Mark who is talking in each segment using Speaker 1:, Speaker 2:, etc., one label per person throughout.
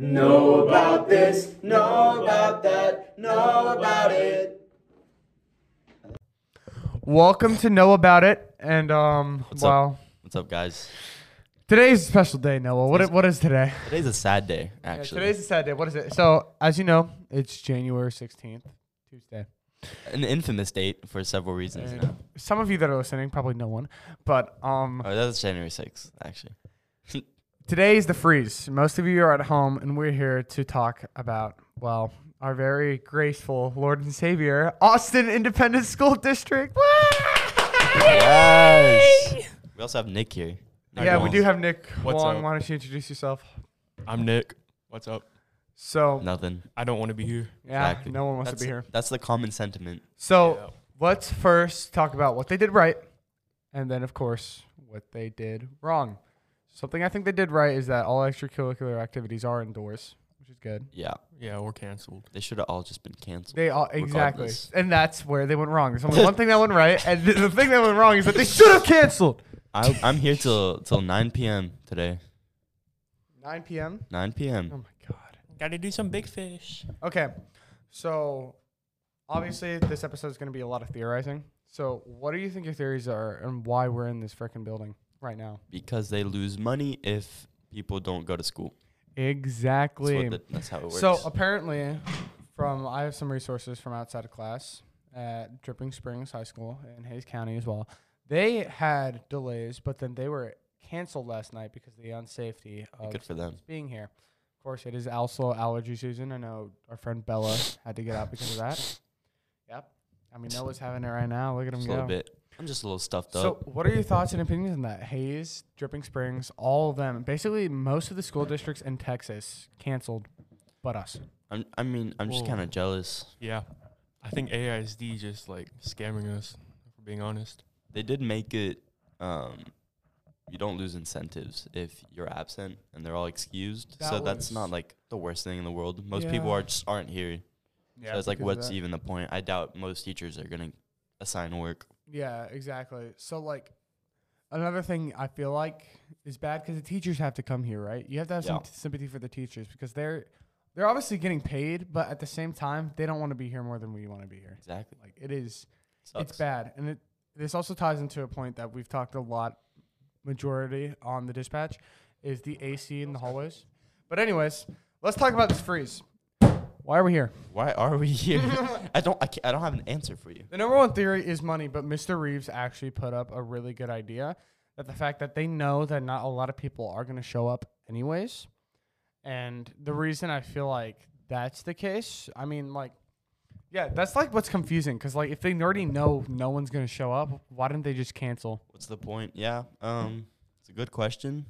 Speaker 1: Know about this, know about that, know about it.
Speaker 2: Welcome to Know About It. And um,
Speaker 3: What's up?
Speaker 2: wow,
Speaker 3: What's up, guys?
Speaker 2: today's a special day, Noah. What is, what is today?
Speaker 3: Today's a sad day, actually.
Speaker 2: today's a sad day. What is it? So, as you know, it's January sixteenth, Tuesday.
Speaker 3: an infamous date for several reasons.
Speaker 2: And
Speaker 3: now.
Speaker 2: some of you that are listening, probably no one, but um,
Speaker 3: Oh, that's January 6th, actually.
Speaker 2: today is the freeze. Most of you are at home, and we're here to talk about well, our very graceful Lord and Savior, Austin Independent School District.
Speaker 3: Yes. We also have Nick here. Nick
Speaker 2: Yeah, we
Speaker 3: Wong.
Speaker 2: do have Nick
Speaker 4: What's
Speaker 2: Wong.
Speaker 4: up?
Speaker 2: Why don't you introduce yourself?
Speaker 4: I'm Nick. What's up?
Speaker 2: So
Speaker 3: nothing.
Speaker 4: I don't want to be here.
Speaker 2: yeah,
Speaker 3: Exactly.
Speaker 2: no one wants
Speaker 3: that's,
Speaker 2: to be here.
Speaker 3: That's the common sentiment.
Speaker 2: So
Speaker 4: Yeah.
Speaker 2: let's first talk about what they did right, and then of course what they did wrong. Something I think they did right is that all extracurricular activities are indoors, which is good.
Speaker 3: Yeah,
Speaker 4: Yeah, we're canceled.
Speaker 3: they should have all just been canceled.
Speaker 2: They all exactly,
Speaker 3: Regardless.
Speaker 2: and that's where they went wrong. There's only one thing that went right, and th- the thing that went wrong is that they should have canceled.
Speaker 3: I, I'm here till till 9 p.m. today.
Speaker 2: 9 p.m.
Speaker 3: 9
Speaker 2: Oh
Speaker 3: p.m.
Speaker 2: my god.
Speaker 4: Got to do some big fish.
Speaker 2: Okay, so obviously this episode is going to be a lot of theorizing. So what do you think your theories are, and why we're in this freaking building right now?
Speaker 3: because they lose money if people don't go to school. That's,
Speaker 2: Exactly.
Speaker 3: what the, that's how it works.
Speaker 2: So apparently, from I have some resources from outside of class at Dripping Springs High School in Hayes County as well. They had delays, but then they were canceled last night because of the unsafety of
Speaker 3: good for them.
Speaker 2: being here. Of course, it is also allergy season. I know our friend Bella had to get out because of that. Yep. I mean, Noah's having it right now. Look at him
Speaker 3: Just a
Speaker 2: go.
Speaker 3: little bit. I'm just a little stuffed
Speaker 2: So,
Speaker 3: up.
Speaker 2: what are your thoughts and opinions on that? Hayes, Dripping Springs, all of them. Basically, most of the school districts in Texas canceled, but us.
Speaker 3: I'm, I mean, I'm just
Speaker 4: Whoa.
Speaker 3: kind of jealous.
Speaker 4: Yeah. I think AISD just like scamming us, if we're being honest.
Speaker 3: They did make it. Um, you don't lose incentives if you're absent, and they're all excused.
Speaker 2: That
Speaker 3: so that's
Speaker 2: was-
Speaker 3: not like the worst thing in the world. Most people
Speaker 2: Yeah.
Speaker 3: are just aren't here.
Speaker 2: Yeah,
Speaker 3: so it's like, what's even the point? I doubt most teachers are gonna assign work.
Speaker 2: Yeah, exactly. So like, another thing I feel like is bad because the teachers have to come here, right? You have to have some
Speaker 3: Yeah.
Speaker 2: sympathy for the teachers because they're they're obviously getting paid, but at the same time, they don't want to be here more than we want to be here.
Speaker 3: Exactly.
Speaker 2: Like it is,
Speaker 3: Sucks.
Speaker 2: it's bad, and it this also ties into a point that we've talked a lot majority on the dispatch is the AC in the hallways. But anyways, let's talk about this freeze. Why are we here?
Speaker 3: Why are we here? I don't. I, can't, I don't have an answer for you.
Speaker 2: The number one theory is money, but Mr. Reeves actually put up a really good idea that the fact that they know that not a lot of people are going to show up anyways. And the reason I feel like that's the case, I mean, like, yeah, that's like what's confusing because, like, if they already know no one's going to show up, why didn't they just cancel?
Speaker 3: What's the point? Yeah. Um, it's a good question.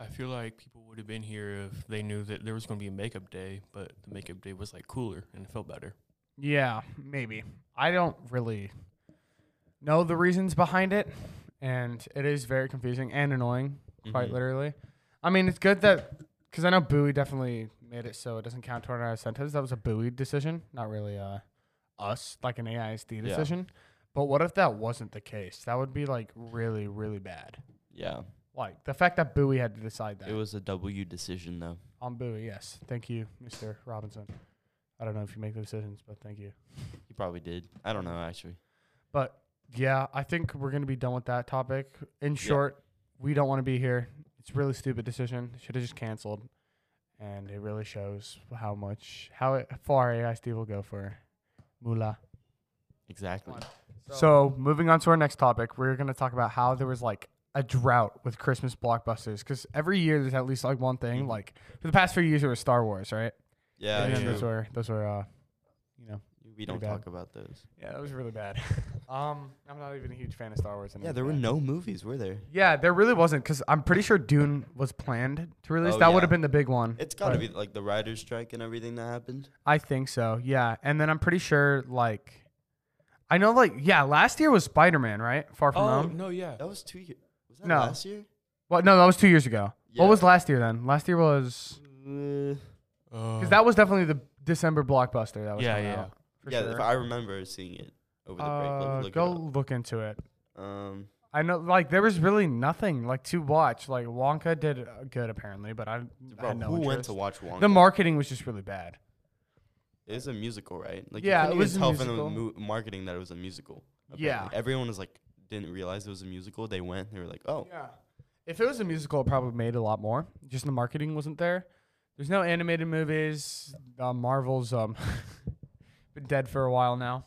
Speaker 4: I feel like people would have been here if they knew that there was going to be a makeup day, but the makeup day was like cooler and it felt better.
Speaker 2: Yeah, maybe. I don't really know the reasons behind it, and it is very confusing and annoying, quite
Speaker 3: Mhm.
Speaker 2: literally. I mean, it's good that because I know Bowie definitely made it so it doesn't count toward our incentives. That was a Bowie decision, not really uh, us, like an AISD
Speaker 3: Yeah.
Speaker 2: decision. But what if that wasn't the case? That would be like really, really bad.
Speaker 3: Yeah.
Speaker 2: Like the fact that Bowie had to decide that
Speaker 3: It was a W decision though.
Speaker 2: on Bowie. Yes, thank you, Mr. Robinson. I don't know if you make the decisions, but thank you.
Speaker 3: He probably did. I don't know actually.
Speaker 2: But yeah, I think we're gonna be done with that topic. In short, we don't want to be here. It's a really stupid decision. Should have just canceled, and it really shows how much how it, far AISD will go for Mula.
Speaker 3: Exactly.
Speaker 2: Come So, moving on to our next topic, we're gonna talk about how there was like a drought with Christmas blockbusters because every year there's at least like one thing.
Speaker 3: Mhm.
Speaker 2: Like for the past few years, it was Star Wars, right?
Speaker 3: Yeah.
Speaker 2: and then
Speaker 4: true.
Speaker 2: those were those were uh, you know. Pretty
Speaker 3: We don't
Speaker 2: bad.
Speaker 3: talk about those.
Speaker 2: Yeah, that was really bad. um, I'm not even a huge fan of Star Wars.
Speaker 3: Yeah, there were
Speaker 2: no.
Speaker 3: no movies, were there?
Speaker 2: Yeah, there really wasn't because I'm pretty sure Dune was planned to release.
Speaker 3: Oh,
Speaker 2: that
Speaker 3: yeah.
Speaker 2: would have been the big one.
Speaker 3: It's got to
Speaker 2: but
Speaker 3: be like the writer's strike and everything that happened.
Speaker 2: I think so. Yeah, and then I'm pretty sure like, I know like yeah, last year was Spider Man, right? Far
Speaker 3: Oh,
Speaker 2: from home.
Speaker 4: Oh, no, yeah.
Speaker 3: That was two years. Was that
Speaker 2: No.
Speaker 3: last year?
Speaker 2: Well, no, that was two years ago.
Speaker 3: Yeah.
Speaker 2: What was last year then? Last year was
Speaker 3: Uh,
Speaker 4: Uh,
Speaker 2: because that was definitely the December blockbuster. That was
Speaker 4: Yeah,
Speaker 2: coming
Speaker 4: yeah.
Speaker 2: out, for
Speaker 3: yeah,
Speaker 2: sure.
Speaker 3: if I remember seeing it over the break. Let me
Speaker 2: Uh,
Speaker 3: look it
Speaker 2: go
Speaker 3: up.
Speaker 2: look into it.
Speaker 3: Um,
Speaker 2: I know, like there was really nothing like to watch. Like Wonka did uh, good apparently, but I, I
Speaker 3: Bro,
Speaker 2: had no
Speaker 3: who went
Speaker 2: interest.
Speaker 3: to watch Wonka?
Speaker 2: The marketing was just really bad.
Speaker 3: it was a musical, right? Like
Speaker 2: Yeah, it
Speaker 3: you couldn't
Speaker 2: was a
Speaker 3: even tell from the
Speaker 2: musical.
Speaker 3: mu- marketing that it was a musical.
Speaker 2: Yeah.
Speaker 3: apparently. everyone was like didn't realize it was a musical. They went, they were like, oh,
Speaker 2: Yeah. If it was a musical, it probably made a lot more. Just the marketing wasn't there. There's no animated movies. Uh, Marvel's um been dead for a while now.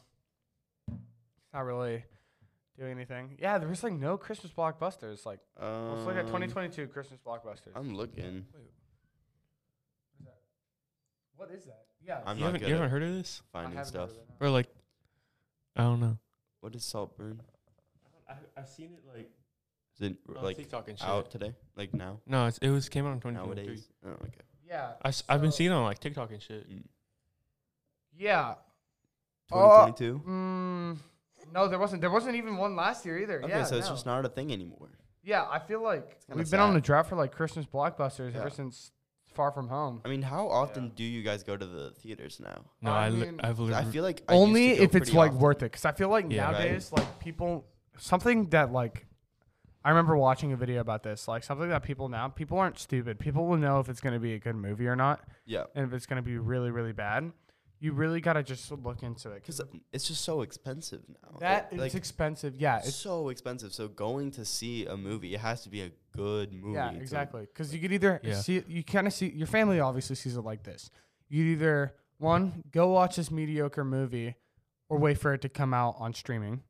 Speaker 2: Not really doing anything. Yeah, there was like no Christmas blockbusters. Like
Speaker 3: um,
Speaker 2: let's look at 2022 Christmas blockbusters.
Speaker 3: I'm looking.
Speaker 2: what is that? Yeah,
Speaker 3: I'm
Speaker 4: you
Speaker 3: not
Speaker 4: haven't,
Speaker 3: good
Speaker 4: you haven't
Speaker 3: at
Speaker 4: heard of this?
Speaker 3: finding stuff.
Speaker 4: Or like, I don't know.
Speaker 3: What is Saltburn?
Speaker 4: I, I've seen it like
Speaker 3: Is it
Speaker 2: Oh,
Speaker 3: r- like
Speaker 4: TikTok and
Speaker 3: out today? Like now?
Speaker 4: No, it's, it was came out in 2023.
Speaker 3: Nowadays? Oh, okay.
Speaker 2: Yeah,
Speaker 4: I, have been
Speaker 2: so-
Speaker 4: seeing it on like TikTok and shit.
Speaker 3: Mm.
Speaker 2: Yeah. Uh,
Speaker 3: 2022.
Speaker 2: Mm, no, there wasn't. There wasn't even one last year either.
Speaker 3: okay,
Speaker 2: yeah,
Speaker 3: so it's
Speaker 2: no.
Speaker 3: just not a thing anymore.
Speaker 2: Yeah, I feel like
Speaker 3: kinda
Speaker 2: we've been on
Speaker 3: sad.
Speaker 2: the drought for like Christmas blockbusters
Speaker 3: Yeah.
Speaker 2: ever since Far From Home.
Speaker 3: I mean, how often
Speaker 4: Yeah.
Speaker 3: do you guys go to the theaters now?
Speaker 4: No,
Speaker 2: I
Speaker 4: I, li-
Speaker 2: mean-
Speaker 4: I've
Speaker 3: 'Cause I
Speaker 4: literally
Speaker 3: feel like I used
Speaker 2: Only
Speaker 3: to go
Speaker 2: if it's
Speaker 3: pretty
Speaker 2: like
Speaker 3: often.
Speaker 2: worth it, because I feel like
Speaker 4: Yeah, right.
Speaker 2: nowadays, like people, something that like, I remember watching a video about this, like something that people now, people aren't stupid. People will know if it's going to be a good movie or not,
Speaker 3: Yeah,
Speaker 2: and if it's going to be really, really bad. You really got to just look into it.
Speaker 3: because um, it's just so expensive now.
Speaker 2: That
Speaker 3: It-
Speaker 2: it's
Speaker 3: like,
Speaker 2: expensive. Yeah,
Speaker 3: it's
Speaker 2: it's
Speaker 3: so expensive. So going to see a movie, it has to be a good movie.
Speaker 2: Yeah,
Speaker 3: to-
Speaker 2: exactly. Because you could either
Speaker 4: Yeah.
Speaker 2: see it- you kind of see your family obviously sees it like this. You either one go watch this mediocre movie, or wait for it to come out on streaming,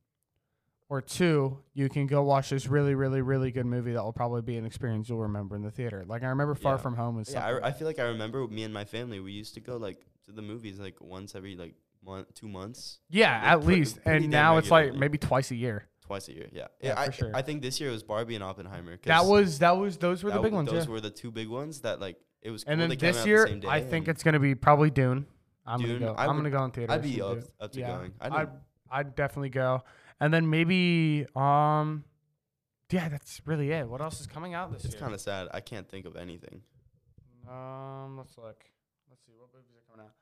Speaker 2: or two you can go watch this really really really good movie that will probably be an experience you'll remember in the theater. Like I remember Far
Speaker 3: Yeah.
Speaker 2: From Home was
Speaker 3: yeah,
Speaker 2: something.
Speaker 3: I, I feel like I remember me and my family. We used to go like to the movies like once every like month, two months,
Speaker 2: yeah,
Speaker 3: they're
Speaker 2: at
Speaker 3: pre-
Speaker 2: least. And
Speaker 3: pretty damn
Speaker 2: now it's like
Speaker 3: regularly.
Speaker 2: maybe twice a year.
Speaker 3: twice a year. Yeah,
Speaker 2: Yeah,
Speaker 3: I,
Speaker 2: for sure.
Speaker 3: I think this year it was Barbie and Oppenheimer. 'cause
Speaker 2: That was that was those were the
Speaker 3: that-
Speaker 2: big ones.
Speaker 3: Those
Speaker 2: yeah.
Speaker 3: were the two big ones that like it was.
Speaker 2: and
Speaker 3: cool
Speaker 2: then
Speaker 3: they came out
Speaker 2: this
Speaker 3: the
Speaker 2: year,
Speaker 3: same
Speaker 2: I
Speaker 3: day,
Speaker 2: think
Speaker 3: and
Speaker 2: it's gonna be probably Dune. I'm
Speaker 3: Dune,
Speaker 2: gonna go.
Speaker 3: I
Speaker 2: I'm
Speaker 3: would-
Speaker 2: gonna go on theater.
Speaker 3: I'd be up, up to
Speaker 2: Yeah.
Speaker 3: going. I
Speaker 2: I'd,
Speaker 3: didn't,
Speaker 2: I'd definitely go. And then maybe um yeah, that's really it. What else is coming out this
Speaker 3: it's
Speaker 2: year?
Speaker 3: kind of sad. I can't think of anything.
Speaker 2: um let's look. Let's see what movies are coming out.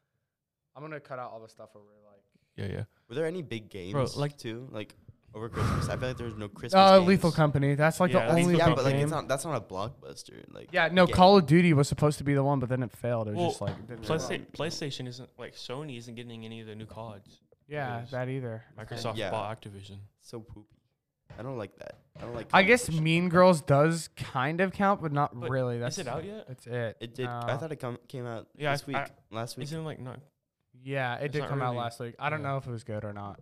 Speaker 2: I'm going to cut out all the stuff where we're like
Speaker 4: yeah yeah.
Speaker 3: Were there any big games
Speaker 4: like-
Speaker 3: like too? Like over Christmas, I feel like there was no Christmas.
Speaker 2: Uh,
Speaker 3: games.
Speaker 2: Lethal Company. That's like
Speaker 4: Yeah,
Speaker 2: the
Speaker 4: Lethal
Speaker 2: only
Speaker 3: yeah,
Speaker 2: big
Speaker 3: but like
Speaker 2: game.
Speaker 3: it's not. That's not a blockbuster. Like
Speaker 2: yeah, no,
Speaker 3: game.
Speaker 2: Call of Duty was supposed to be the one, but then it failed. It was
Speaker 4: Well,
Speaker 2: just like it didn't really-
Speaker 4: PlayStation, PlayStation isn't like Sony isn't getting any of the new cards.
Speaker 2: Yeah, that either.
Speaker 4: Microsoft
Speaker 3: Yeah.
Speaker 4: bought Activision.
Speaker 3: so poopy. I don't like that. I don't like.
Speaker 2: I guess
Speaker 3: competition.
Speaker 2: Mean Girls does kind of count, but not
Speaker 4: But
Speaker 2: really.
Speaker 4: Is
Speaker 2: That's
Speaker 4: it out yet?
Speaker 2: That's it. Um,
Speaker 3: it did. I
Speaker 2: No.
Speaker 3: thought it come, came out
Speaker 4: Yeah, I-
Speaker 3: this week,
Speaker 4: I-
Speaker 3: last week.
Speaker 4: Isn't it like not?
Speaker 2: Yeah, it
Speaker 4: It's
Speaker 2: did
Speaker 4: not
Speaker 2: come out
Speaker 4: really-
Speaker 2: last week. I don't
Speaker 4: yeah.
Speaker 2: know if it was good or not.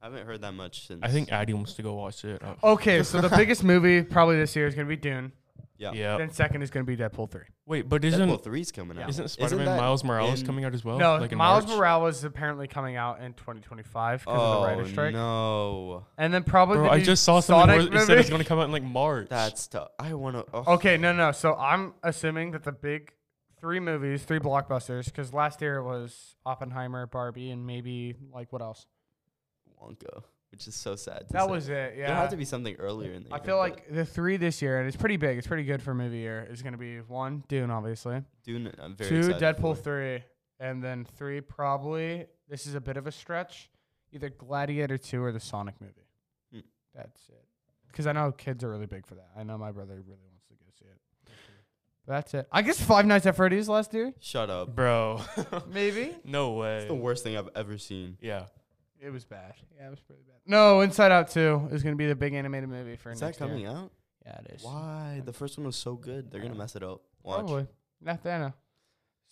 Speaker 3: I haven't heard that much since.
Speaker 4: I think Addy wants to go watch it. Uh,
Speaker 2: Okay, so the biggest movie probably this year is gonna be Dune.
Speaker 3: yeah.
Speaker 4: yeah.
Speaker 2: Then second is gonna be Deadpool three.
Speaker 4: Wait, but isn't
Speaker 3: Deadpool three's coming out.
Speaker 4: isn't Spider-Man
Speaker 3: that
Speaker 4: Miles Morales
Speaker 3: in-
Speaker 4: coming out as well?
Speaker 2: no,
Speaker 4: Oh, like in
Speaker 2: Miles
Speaker 4: March?
Speaker 2: Morales is apparently coming out in 2025 because of
Speaker 3: Oh
Speaker 2: the writer's strike.
Speaker 3: no,
Speaker 2: And then probably
Speaker 4: Bro,
Speaker 2: the
Speaker 4: I
Speaker 2: new
Speaker 4: just saw something
Speaker 2: Sonic
Speaker 4: where it said it's
Speaker 2: movie.
Speaker 4: gonna come out in like March.
Speaker 3: that's tough. I want to. Oh.
Speaker 2: Okay, no, no. So I'm assuming that the big three movies, three blockbusters, because last year it was Oppenheimer, Barbie, and maybe like what else?
Speaker 3: Wonka, which is so sad. to
Speaker 2: That
Speaker 3: say.
Speaker 2: was it.
Speaker 3: There
Speaker 2: Yeah.
Speaker 3: had to be something earlier in the
Speaker 2: I
Speaker 3: year,
Speaker 2: feel
Speaker 3: but
Speaker 2: like the three this year, and it's pretty big. It's pretty good for movie year. Is going to be one Dune, obviously.
Speaker 3: Dune. uh, I'm very
Speaker 2: two
Speaker 3: excited
Speaker 2: Deadpool
Speaker 3: for.
Speaker 2: three, and then three probably. This is a bit of a stretch. Either Gladiator two or the Sonic movie.
Speaker 3: Hmm.
Speaker 2: That's it. Because I know kids are really big for that. I know my brother really wants to go see it. That's it. I guess Five Nights at Freddy's last year.
Speaker 3: Shut up.
Speaker 4: bro.
Speaker 2: Maybe
Speaker 4: no way.
Speaker 3: It's the worst thing I've ever seen.
Speaker 4: Yeah.
Speaker 2: it was bad. Yeah, it was pretty bad. No, Inside Out two is going to be the big animated movie for
Speaker 3: Is that
Speaker 2: next
Speaker 3: coming
Speaker 2: year.
Speaker 3: out?
Speaker 2: Yeah, it is.
Speaker 3: Why? The first one was so good. They're gonna mess it up. Watch.
Speaker 2: Probably. Not that I know.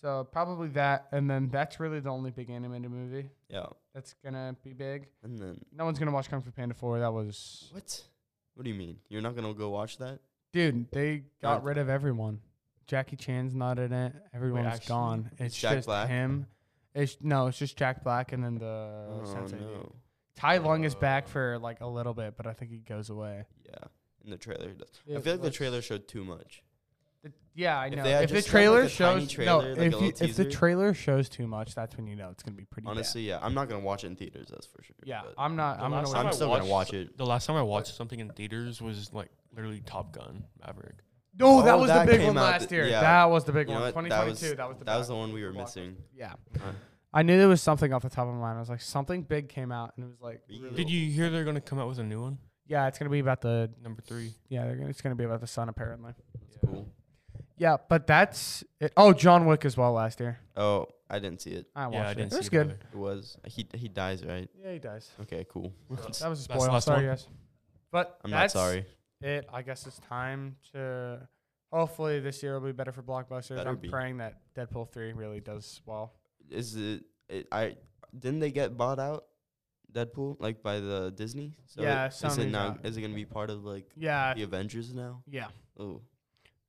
Speaker 2: So probably that, and then that's really the only big animated movie
Speaker 3: Yeah.
Speaker 2: that's gonna be big.
Speaker 3: And then
Speaker 2: No one's gonna watch Kung Fu Panda four. That was
Speaker 3: what? What do you mean? You're not gonna go watch that?
Speaker 2: dude. They got
Speaker 3: Not-
Speaker 2: rid of everyone. Jackie Chan's not in it. Everyone's
Speaker 4: actually?
Speaker 2: gone. It's
Speaker 3: Jack
Speaker 2: just
Speaker 3: Black?
Speaker 2: him. It's no, it's just Jack Black, and then the
Speaker 3: Oh
Speaker 2: Sensei dude.
Speaker 3: no.
Speaker 2: Ty Lung is back
Speaker 4: Uh.
Speaker 2: for like a little bit, but I think he goes away.
Speaker 3: Yeah. In the trailer, it does. I
Speaker 2: It
Speaker 3: feel like the
Speaker 2: looks-
Speaker 3: trailer showed too much.
Speaker 2: The- yeah, I
Speaker 3: If
Speaker 2: know.
Speaker 3: they had
Speaker 2: If, the
Speaker 3: just done, like,
Speaker 2: trailer
Speaker 3: a tiny
Speaker 2: shows
Speaker 3: trailer,
Speaker 2: no,
Speaker 3: like a
Speaker 2: if,
Speaker 3: little
Speaker 2: you- if the
Speaker 3: teaser.
Speaker 2: trailer shows too much, that's when you know it's gonna be pretty. bad.
Speaker 3: Honestly, yeah. I'm not gonna watch it in theaters. That's for sure.
Speaker 2: yeah,
Speaker 3: but
Speaker 2: I'm not.
Speaker 4: The
Speaker 2: I'm gonna.
Speaker 4: last
Speaker 2: wait.
Speaker 3: I'm
Speaker 4: time I
Speaker 3: still gonna watch
Speaker 4: watched-
Speaker 3: it.
Speaker 4: The last time I watched something in theaters was like literally Top Gun Maverick.
Speaker 2: No, that
Speaker 3: Oh,
Speaker 2: was
Speaker 3: that
Speaker 2: the big
Speaker 3: came
Speaker 2: one
Speaker 3: out
Speaker 2: last
Speaker 3: th-
Speaker 2: year.
Speaker 3: yeah.
Speaker 2: That was the big
Speaker 3: You know
Speaker 2: one.
Speaker 3: what? That was
Speaker 2: 2022. That was the
Speaker 3: that was
Speaker 2: big
Speaker 3: the one we were
Speaker 2: blockbuster.
Speaker 3: missing.
Speaker 2: Yeah,
Speaker 3: Uh,
Speaker 2: I knew there was something off the top of my mind. I was like, something big came out, and it was like,
Speaker 3: Real.
Speaker 2: really-
Speaker 4: Did you hear they're gonna come out with a new one?
Speaker 2: Yeah, it's gonna be about the
Speaker 4: Number three.
Speaker 2: yeah. They're gonna, it's gonna be about the sun apparently.
Speaker 4: Yeah.
Speaker 3: Cool.
Speaker 2: Yeah, but that's it. Oh, John Wick as well last year.
Speaker 3: Oh, I didn't see it.
Speaker 2: I watched
Speaker 4: Yeah, I
Speaker 2: it.
Speaker 4: didn't
Speaker 2: it
Speaker 4: see
Speaker 2: was good.
Speaker 4: either.
Speaker 3: It was he. He dies, right?
Speaker 2: Yeah, he dies.
Speaker 3: Okay, cool.
Speaker 2: That was a
Speaker 4: That's the
Speaker 2: spoil.
Speaker 4: last
Speaker 2: sorry,
Speaker 4: one?
Speaker 2: guys. But
Speaker 3: I'm
Speaker 2: that's
Speaker 3: not sorry.
Speaker 2: It. I guess it's time to. Hopefully this year will be better for blockbusters.
Speaker 3: Better
Speaker 2: I'm
Speaker 3: be.
Speaker 2: praying that Deadpool three really does well.
Speaker 3: Is it, it? I didn't they get bought out? Deadpool, like by the Disney. So
Speaker 2: Yeah,
Speaker 3: it, is it
Speaker 2: Sony's
Speaker 3: now?
Speaker 2: out.
Speaker 3: Is it gonna be part of like
Speaker 2: Yeah,
Speaker 3: the Avengers now?
Speaker 2: yeah.
Speaker 3: Oh,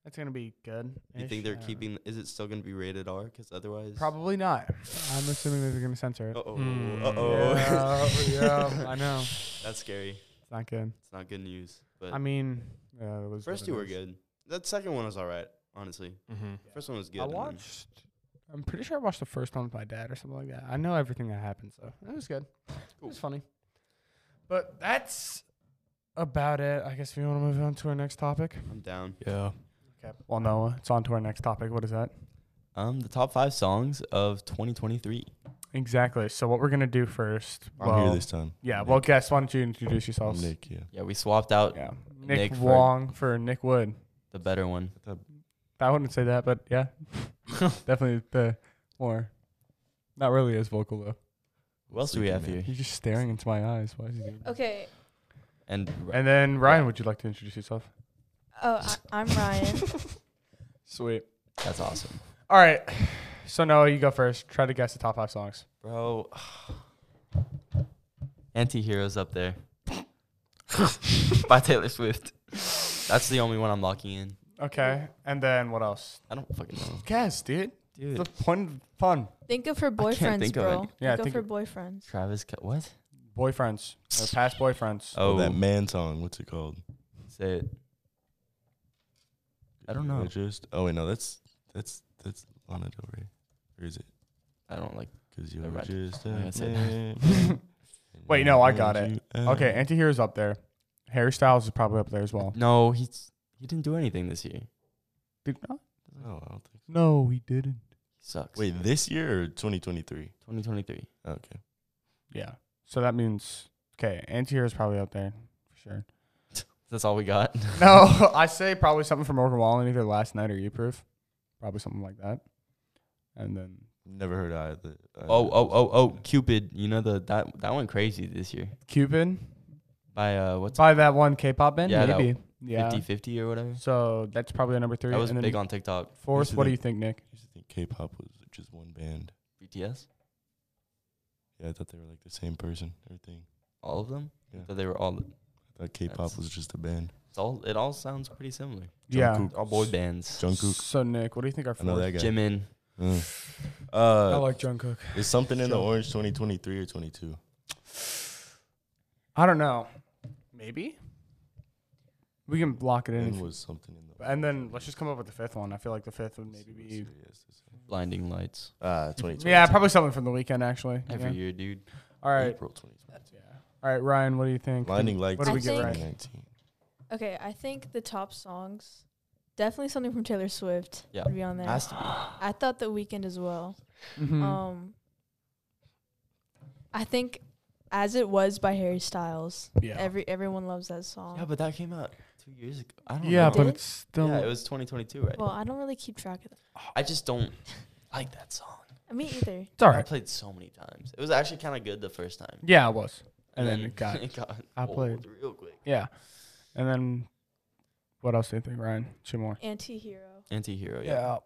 Speaker 2: That's gonna be good.
Speaker 3: you think they're keeping? Is it still gonna be rated R? Because otherwise,
Speaker 2: Probably not. I'm assuming that they're gonna censor it.
Speaker 3: Uh oh.
Speaker 4: Hmm.
Speaker 3: Uh oh.
Speaker 2: Yeah, yeah, I know.
Speaker 3: That's scary.
Speaker 2: It's not good.
Speaker 3: It's not good news. But
Speaker 2: I mean, yeah, it was
Speaker 3: first
Speaker 2: what it
Speaker 3: two were
Speaker 2: is.
Speaker 3: good. That second one was all right, honestly.
Speaker 4: Mm-hmm.
Speaker 3: First one was good.
Speaker 2: I
Speaker 3: and then-
Speaker 2: watched. I'm pretty sure I watched the first one with my dad or something like that. I know everything that happened, so it was good. It
Speaker 3: Cool.
Speaker 2: was funny. But that's about it. I guess we want to move on to our next topic.
Speaker 3: I'm down.
Speaker 4: Yeah.
Speaker 2: Okay. Well, no, it's on to our next topic. What is that?
Speaker 3: Um, the top five songs of 2023.
Speaker 2: Exactly. So what we're gonna do first? well,
Speaker 3: time.
Speaker 2: yeah. Well, guess why don't you introduce yourselves?
Speaker 3: Yeah. we swapped out
Speaker 2: Yeah. Nick,
Speaker 3: Nick for-
Speaker 2: Wong for Nick Wood.
Speaker 3: the better one.
Speaker 2: I wouldn't say that, but yeah, definitely the more. Not really as vocal though.
Speaker 3: Who else do we have here?
Speaker 5: Sleeping
Speaker 2: He's just staring into my eyes. Why is he doing? that?
Speaker 6: Okay.
Speaker 3: And
Speaker 2: And then Ryan, would you like to introduce yourself?
Speaker 6: Oh, I, I'm Ryan.
Speaker 2: Sweet.
Speaker 3: that's awesome,
Speaker 2: All right. So Noah, you go first. Try to guess the top five songs.
Speaker 3: bro. Anti-heroes up there by Taylor Swift. That's the only one I'm locking in.
Speaker 2: Okay. And then what else?
Speaker 3: I don't fucking know,
Speaker 2: Guess, dude.
Speaker 3: dude.
Speaker 2: The point of fun.
Speaker 6: think of her
Speaker 3: can't
Speaker 6: boyfriends,
Speaker 3: think of
Speaker 6: bro.
Speaker 3: any.
Speaker 2: Yeah,
Speaker 6: think
Speaker 2: think
Speaker 6: of her boyfriends.
Speaker 3: Travis, Cut what?
Speaker 2: Boyfriends. Or past boyfriends.
Speaker 5: Oh,
Speaker 3: Oh,
Speaker 5: that man song. What's it called?
Speaker 3: say it. I don't know.
Speaker 5: Just oh wait, no, that's that's that's Lana Del Rey, or is it?
Speaker 3: I don't like.
Speaker 5: Because you
Speaker 3: Never
Speaker 5: were
Speaker 3: mind.
Speaker 5: just a
Speaker 3: I'm gonna say-
Speaker 5: man. and
Speaker 2: Wait, no, I got
Speaker 5: wanted
Speaker 2: it.
Speaker 5: you
Speaker 2: Okay,
Speaker 5: out.
Speaker 2: anti-heroes up there. Harry Styles is probably up there as well.
Speaker 3: No, he's he didn't do anything this year. He
Speaker 2: Did-
Speaker 5: No, Oh, I don't think.
Speaker 2: No, he didn't.
Speaker 3: sucks.
Speaker 5: Wait, this year or 2023?
Speaker 3: 2023.
Speaker 5: Okay.
Speaker 2: Yeah. So that means okay, anti-heroes probably up there for sure.
Speaker 3: That's all we got.
Speaker 2: No, I say probably something from Morgan Wallen either last night or you proof. Probably something like that. And then
Speaker 5: Never heard I. The, I
Speaker 3: Oh, oh, oh, oh, Cupid. You know the that that went crazy this year
Speaker 2: Cupid
Speaker 3: by uh what's
Speaker 2: by that one K-pop band,
Speaker 3: Yeah, that
Speaker 2: maybe.
Speaker 3: w-
Speaker 2: yeah.
Speaker 3: 50 50 or whatever.
Speaker 2: So that's probably a number three.
Speaker 3: That was
Speaker 2: and then
Speaker 3: big on TikTok.
Speaker 2: fourth.
Speaker 5: Used to
Speaker 2: What do you
Speaker 5: think-
Speaker 2: think, Nick?
Speaker 5: I used to think K-pop was just one band.
Speaker 3: BTS,
Speaker 5: Yeah, I thought they were like the same person. Everything.
Speaker 3: all of them.
Speaker 5: Yeah.
Speaker 3: So they were all.
Speaker 5: I thought K-pop
Speaker 3: That's-
Speaker 5: was just a band.
Speaker 3: It's all. It all sounds pretty similar.
Speaker 2: Yeah.
Speaker 5: Jungkook.
Speaker 3: All boy bands.
Speaker 5: Jungkook.
Speaker 2: So Nick, what do you think our
Speaker 5: I
Speaker 2: fourth?
Speaker 5: know that guy.
Speaker 3: Jimin.
Speaker 5: Uh,
Speaker 3: Mm.
Speaker 2: I
Speaker 5: uh,
Speaker 2: like Jungkook.
Speaker 5: is something in the
Speaker 2: Jung-
Speaker 5: orange 2023 or 22?
Speaker 2: I don't know. Maybe we can block it in.
Speaker 5: And
Speaker 2: if-
Speaker 5: was something in the.
Speaker 2: And then let's just come up with the fifth one. I feel like the fifth would maybe be.
Speaker 3: Blinding lights.
Speaker 5: Ah, 2022.
Speaker 2: Yeah, probably something from the weekend actually.
Speaker 3: Every
Speaker 2: Yeah.
Speaker 3: year, dude.
Speaker 2: All right.
Speaker 5: April 2022.
Speaker 2: Yeah. All right, Ryan, what do you think?
Speaker 5: Blinding lights.
Speaker 2: What do we
Speaker 6: I
Speaker 2: get
Speaker 6: think-
Speaker 2: right?
Speaker 5: 2019.
Speaker 6: Okay, I think the top songs, definitely something from Taylor Swift
Speaker 3: Yeah.
Speaker 6: would be on there.
Speaker 3: Has to be. Hmm.
Speaker 6: I thought The Weeknd as well.
Speaker 2: Mhm.
Speaker 6: Um, I think As It Was by Harry Styles.
Speaker 2: yeah.
Speaker 6: Every everyone loves that song.
Speaker 3: Yeah, but that came out two years ago. I don't.
Speaker 2: yeah,
Speaker 3: know.
Speaker 2: but
Speaker 6: Did it?
Speaker 2: it's still.
Speaker 3: yeah, it was 2022, right?
Speaker 6: well, I don't really keep track of that.
Speaker 3: I just don't like that song.
Speaker 6: Me either.
Speaker 2: it's all
Speaker 3: I
Speaker 2: right.
Speaker 3: played so many times. It was actually kind of good the first time.
Speaker 2: Yeah, it was. And then it got. I
Speaker 3: old
Speaker 2: played-
Speaker 3: real quick.
Speaker 2: Yeah. And then, what else do you think, Ryan? Two more.
Speaker 6: Anti-hero.
Speaker 3: Anti-hero, Oh, yeah.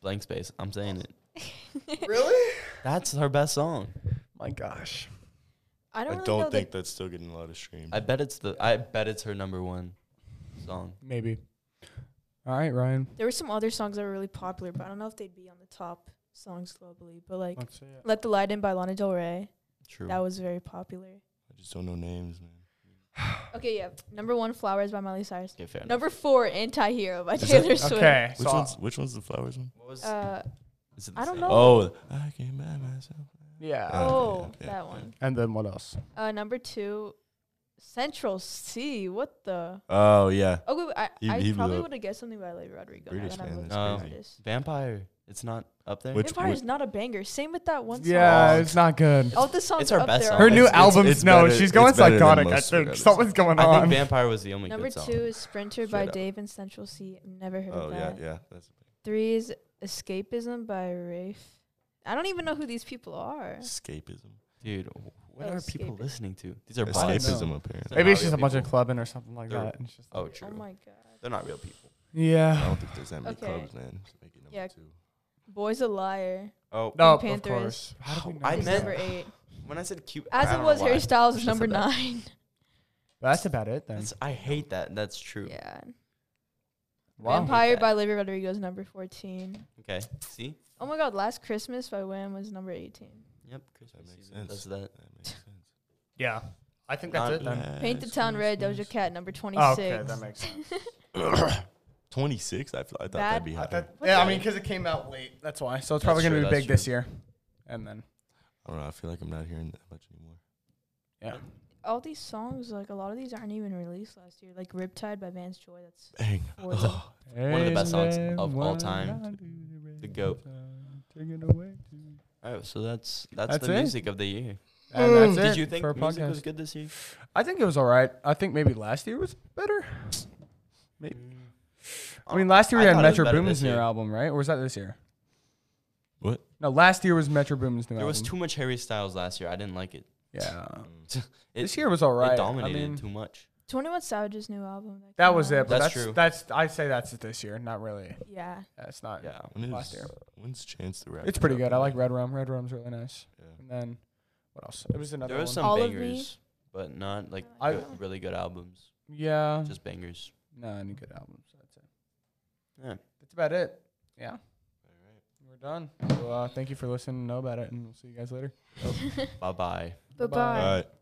Speaker 3: Blank space. I'm saying it.
Speaker 2: Really?
Speaker 3: That's her best song.
Speaker 2: My gosh.
Speaker 6: I
Speaker 5: I
Speaker 6: don't really know
Speaker 5: don't
Speaker 6: the
Speaker 5: think that's still getting a lot of streams.
Speaker 3: I bet it's the. I bet it's her number one song.
Speaker 2: Maybe. All right, Ryan.
Speaker 6: There were some other songs that were really popular, but I don't know if they'd be on the top songs globally. But like
Speaker 2: Let's see it.
Speaker 6: Let the Light In by Lana Del Rey,
Speaker 3: True.
Speaker 6: that was very popular.
Speaker 5: I just don't know names, man.
Speaker 6: Okay, yeah. Number one, Flowers by Miley Cyrus.
Speaker 3: okay, fair enough.
Speaker 6: Number four, Anti Hero by
Speaker 5: Is it-
Speaker 6: Taylor Swift.
Speaker 2: Okay.
Speaker 5: Which
Speaker 2: so-
Speaker 5: one's which one's the flowers one?
Speaker 3: What was?
Speaker 6: Uh,
Speaker 3: is it
Speaker 6: I don't
Speaker 3: same?
Speaker 6: know.
Speaker 5: Oh, I came by myself.
Speaker 2: yeah.
Speaker 5: Uh,
Speaker 6: oh,
Speaker 5: yeah, yeah,
Speaker 6: that
Speaker 5: yeah.
Speaker 6: one.
Speaker 2: and then what else?
Speaker 6: Uh, number two, Central C. What the?
Speaker 5: Oh yeah,
Speaker 6: Oh, wait, wait, I,
Speaker 5: He-
Speaker 6: I
Speaker 5: he blew
Speaker 6: probably
Speaker 5: up.
Speaker 6: would have guessed something by Lady Rodrigo. now
Speaker 5: British
Speaker 6: that I'm
Speaker 5: man,
Speaker 6: looking
Speaker 5: that's
Speaker 6: at
Speaker 3: crazy.
Speaker 6: this.
Speaker 3: Vampire. It's not up there.
Speaker 5: Which-
Speaker 6: Empire is not a banger. Same with that one song.
Speaker 2: Yeah,
Speaker 3: Oh.
Speaker 2: it's not good.
Speaker 6: All the songs
Speaker 3: It's our
Speaker 6: up
Speaker 3: best
Speaker 6: there
Speaker 3: song.
Speaker 6: are
Speaker 2: Her new
Speaker 5: It's- it's-
Speaker 2: album's
Speaker 5: it's
Speaker 2: no,
Speaker 5: better-
Speaker 2: she's going
Speaker 5: it's better than
Speaker 2: psychotic. I
Speaker 5: most of her
Speaker 2: think
Speaker 5: other
Speaker 2: something's going
Speaker 3: I
Speaker 2: on.
Speaker 3: think Vampire was the only
Speaker 6: Number
Speaker 3: good song.
Speaker 6: two is Sprinter by
Speaker 3: Straight up.
Speaker 6: Dave and Central C. Never heard
Speaker 5: Oh
Speaker 6: of
Speaker 5: yeah,
Speaker 6: that.
Speaker 5: yeah. That's
Speaker 6: Three is Escapism by Rafe. I don't even know who these people are.
Speaker 5: escapism.
Speaker 3: Dude, w- what
Speaker 6: Oh,
Speaker 3: are people
Speaker 6: Escapism.
Speaker 3: listening to? These are bots.
Speaker 5: Escapism apparently.
Speaker 2: Maybe it's
Speaker 3: Not
Speaker 2: just a
Speaker 3: real
Speaker 2: bunch of
Speaker 3: people.
Speaker 2: clubbing or something like
Speaker 3: They're-
Speaker 2: that. It's just
Speaker 3: Oh,
Speaker 6: Oh
Speaker 3: true.
Speaker 6: my god.
Speaker 3: They're not real people.
Speaker 5: I
Speaker 2: yeah.
Speaker 5: don't think there's that many
Speaker 6: Okay.
Speaker 5: clubs, man. Just make it number
Speaker 6: Yeah.
Speaker 5: two.
Speaker 6: Boy's a liar.
Speaker 3: Oh,
Speaker 2: No, of
Speaker 6: Panther
Speaker 2: course.
Speaker 6: is-
Speaker 2: How do we
Speaker 3: Oh,
Speaker 2: know
Speaker 3: I
Speaker 6: is
Speaker 2: that?
Speaker 3: meant-
Speaker 6: number eight.
Speaker 3: when I said cute, I
Speaker 6: As
Speaker 3: don't
Speaker 6: it
Speaker 3: know
Speaker 6: was,
Speaker 3: why.
Speaker 6: Harry
Speaker 3: It's
Speaker 6: Styles was
Speaker 3: just
Speaker 6: number
Speaker 3: a bad-
Speaker 6: nine.
Speaker 2: That's about it then.
Speaker 3: That's, I hate that. That's true.
Speaker 6: Yeah.
Speaker 2: Wow.
Speaker 6: Vampire by Olivia Rodrigo is number fourteen.
Speaker 3: Okay. See?
Speaker 6: Oh my god, Last Christmas by Wham was number eighteen.
Speaker 3: Yep. Christmas
Speaker 5: That makes
Speaker 3: season
Speaker 5: sense.
Speaker 3: does that.
Speaker 5: That makes sense.
Speaker 2: Yeah. I think that's it then.
Speaker 6: Paint the Town Red, Doja Cat, number
Speaker 2: Oh,
Speaker 6: twenty-six.
Speaker 2: okay, that makes sense.
Speaker 5: Twenty six. I, feel- I thought
Speaker 6: Bad-
Speaker 5: that'd be
Speaker 2: I
Speaker 5: higher.
Speaker 2: thought-
Speaker 6: What's
Speaker 2: yeah, I
Speaker 6: that?
Speaker 2: mean, because it came out late. That's why. So it's probably
Speaker 3: That's
Speaker 2: going to
Speaker 3: true,
Speaker 2: be
Speaker 3: that's
Speaker 2: big this year. And then,
Speaker 5: I don't know. I feel like I'm not hearing that much anymore.
Speaker 2: yeah.
Speaker 6: All these songs, like a lot of these aren't even released last year. Like Riptide by Vance Joy, that's
Speaker 5: Bang.
Speaker 6: forty.
Speaker 3: One of the best songs of all time. The GOAT.
Speaker 2: Take it away.
Speaker 3: All right. Oh, So that's that's,
Speaker 2: That's
Speaker 3: the
Speaker 2: it.
Speaker 3: music of the year.
Speaker 2: And
Speaker 6: Mm.
Speaker 2: that's
Speaker 3: Did
Speaker 2: it
Speaker 3: you think
Speaker 2: for a
Speaker 3: music
Speaker 2: podcast.
Speaker 3: was good this year?
Speaker 2: I think it was all right. I think maybe last year was better. Maybe.
Speaker 3: Mm.
Speaker 2: Oh, I mean, last year we
Speaker 3: I
Speaker 2: had
Speaker 3: thought it was
Speaker 2: Metro
Speaker 3: better
Speaker 2: Boomin's
Speaker 3: this
Speaker 2: new
Speaker 3: year.
Speaker 2: album, right? Or was that this year?
Speaker 5: What?
Speaker 2: No, last year was Metro Boomin's new
Speaker 3: There
Speaker 2: album.
Speaker 3: was too much Harry Styles last year. I didn't like it.
Speaker 2: Yeah.
Speaker 3: It,
Speaker 2: this year was all right.
Speaker 3: it dominated
Speaker 2: I mean,
Speaker 3: too much.
Speaker 6: Twenty One Savage's new album.
Speaker 2: that
Speaker 6: came
Speaker 2: was it.
Speaker 6: out.
Speaker 2: But that's
Speaker 3: That's
Speaker 2: that's,
Speaker 3: true.
Speaker 2: I'd say that's it this year. Not really.
Speaker 6: Yeah.
Speaker 2: That's not.
Speaker 3: Yeah.
Speaker 5: When
Speaker 2: Last
Speaker 5: is-
Speaker 2: year.
Speaker 5: When's Chance the Rapper?
Speaker 2: It's pretty good. I
Speaker 5: dropping?
Speaker 2: like Red Rum. Red Rum's really nice.
Speaker 5: Yeah.
Speaker 2: And then what else? It was another
Speaker 3: There was
Speaker 2: one. Oh,
Speaker 3: some
Speaker 6: All of Me?
Speaker 3: bangers, but not like
Speaker 2: I-
Speaker 3: good- really good albums.
Speaker 2: yeah.
Speaker 3: Just bangers.
Speaker 2: no, any good albums. That's it.
Speaker 3: Yeah.
Speaker 2: That's about it. Yeah. We're done. So uh, thank you for listening to Know About It, and we'll see you guys later.
Speaker 3: Bye bye.
Speaker 6: Bye
Speaker 2: Bye-bye.
Speaker 6: bye.
Speaker 5: All right.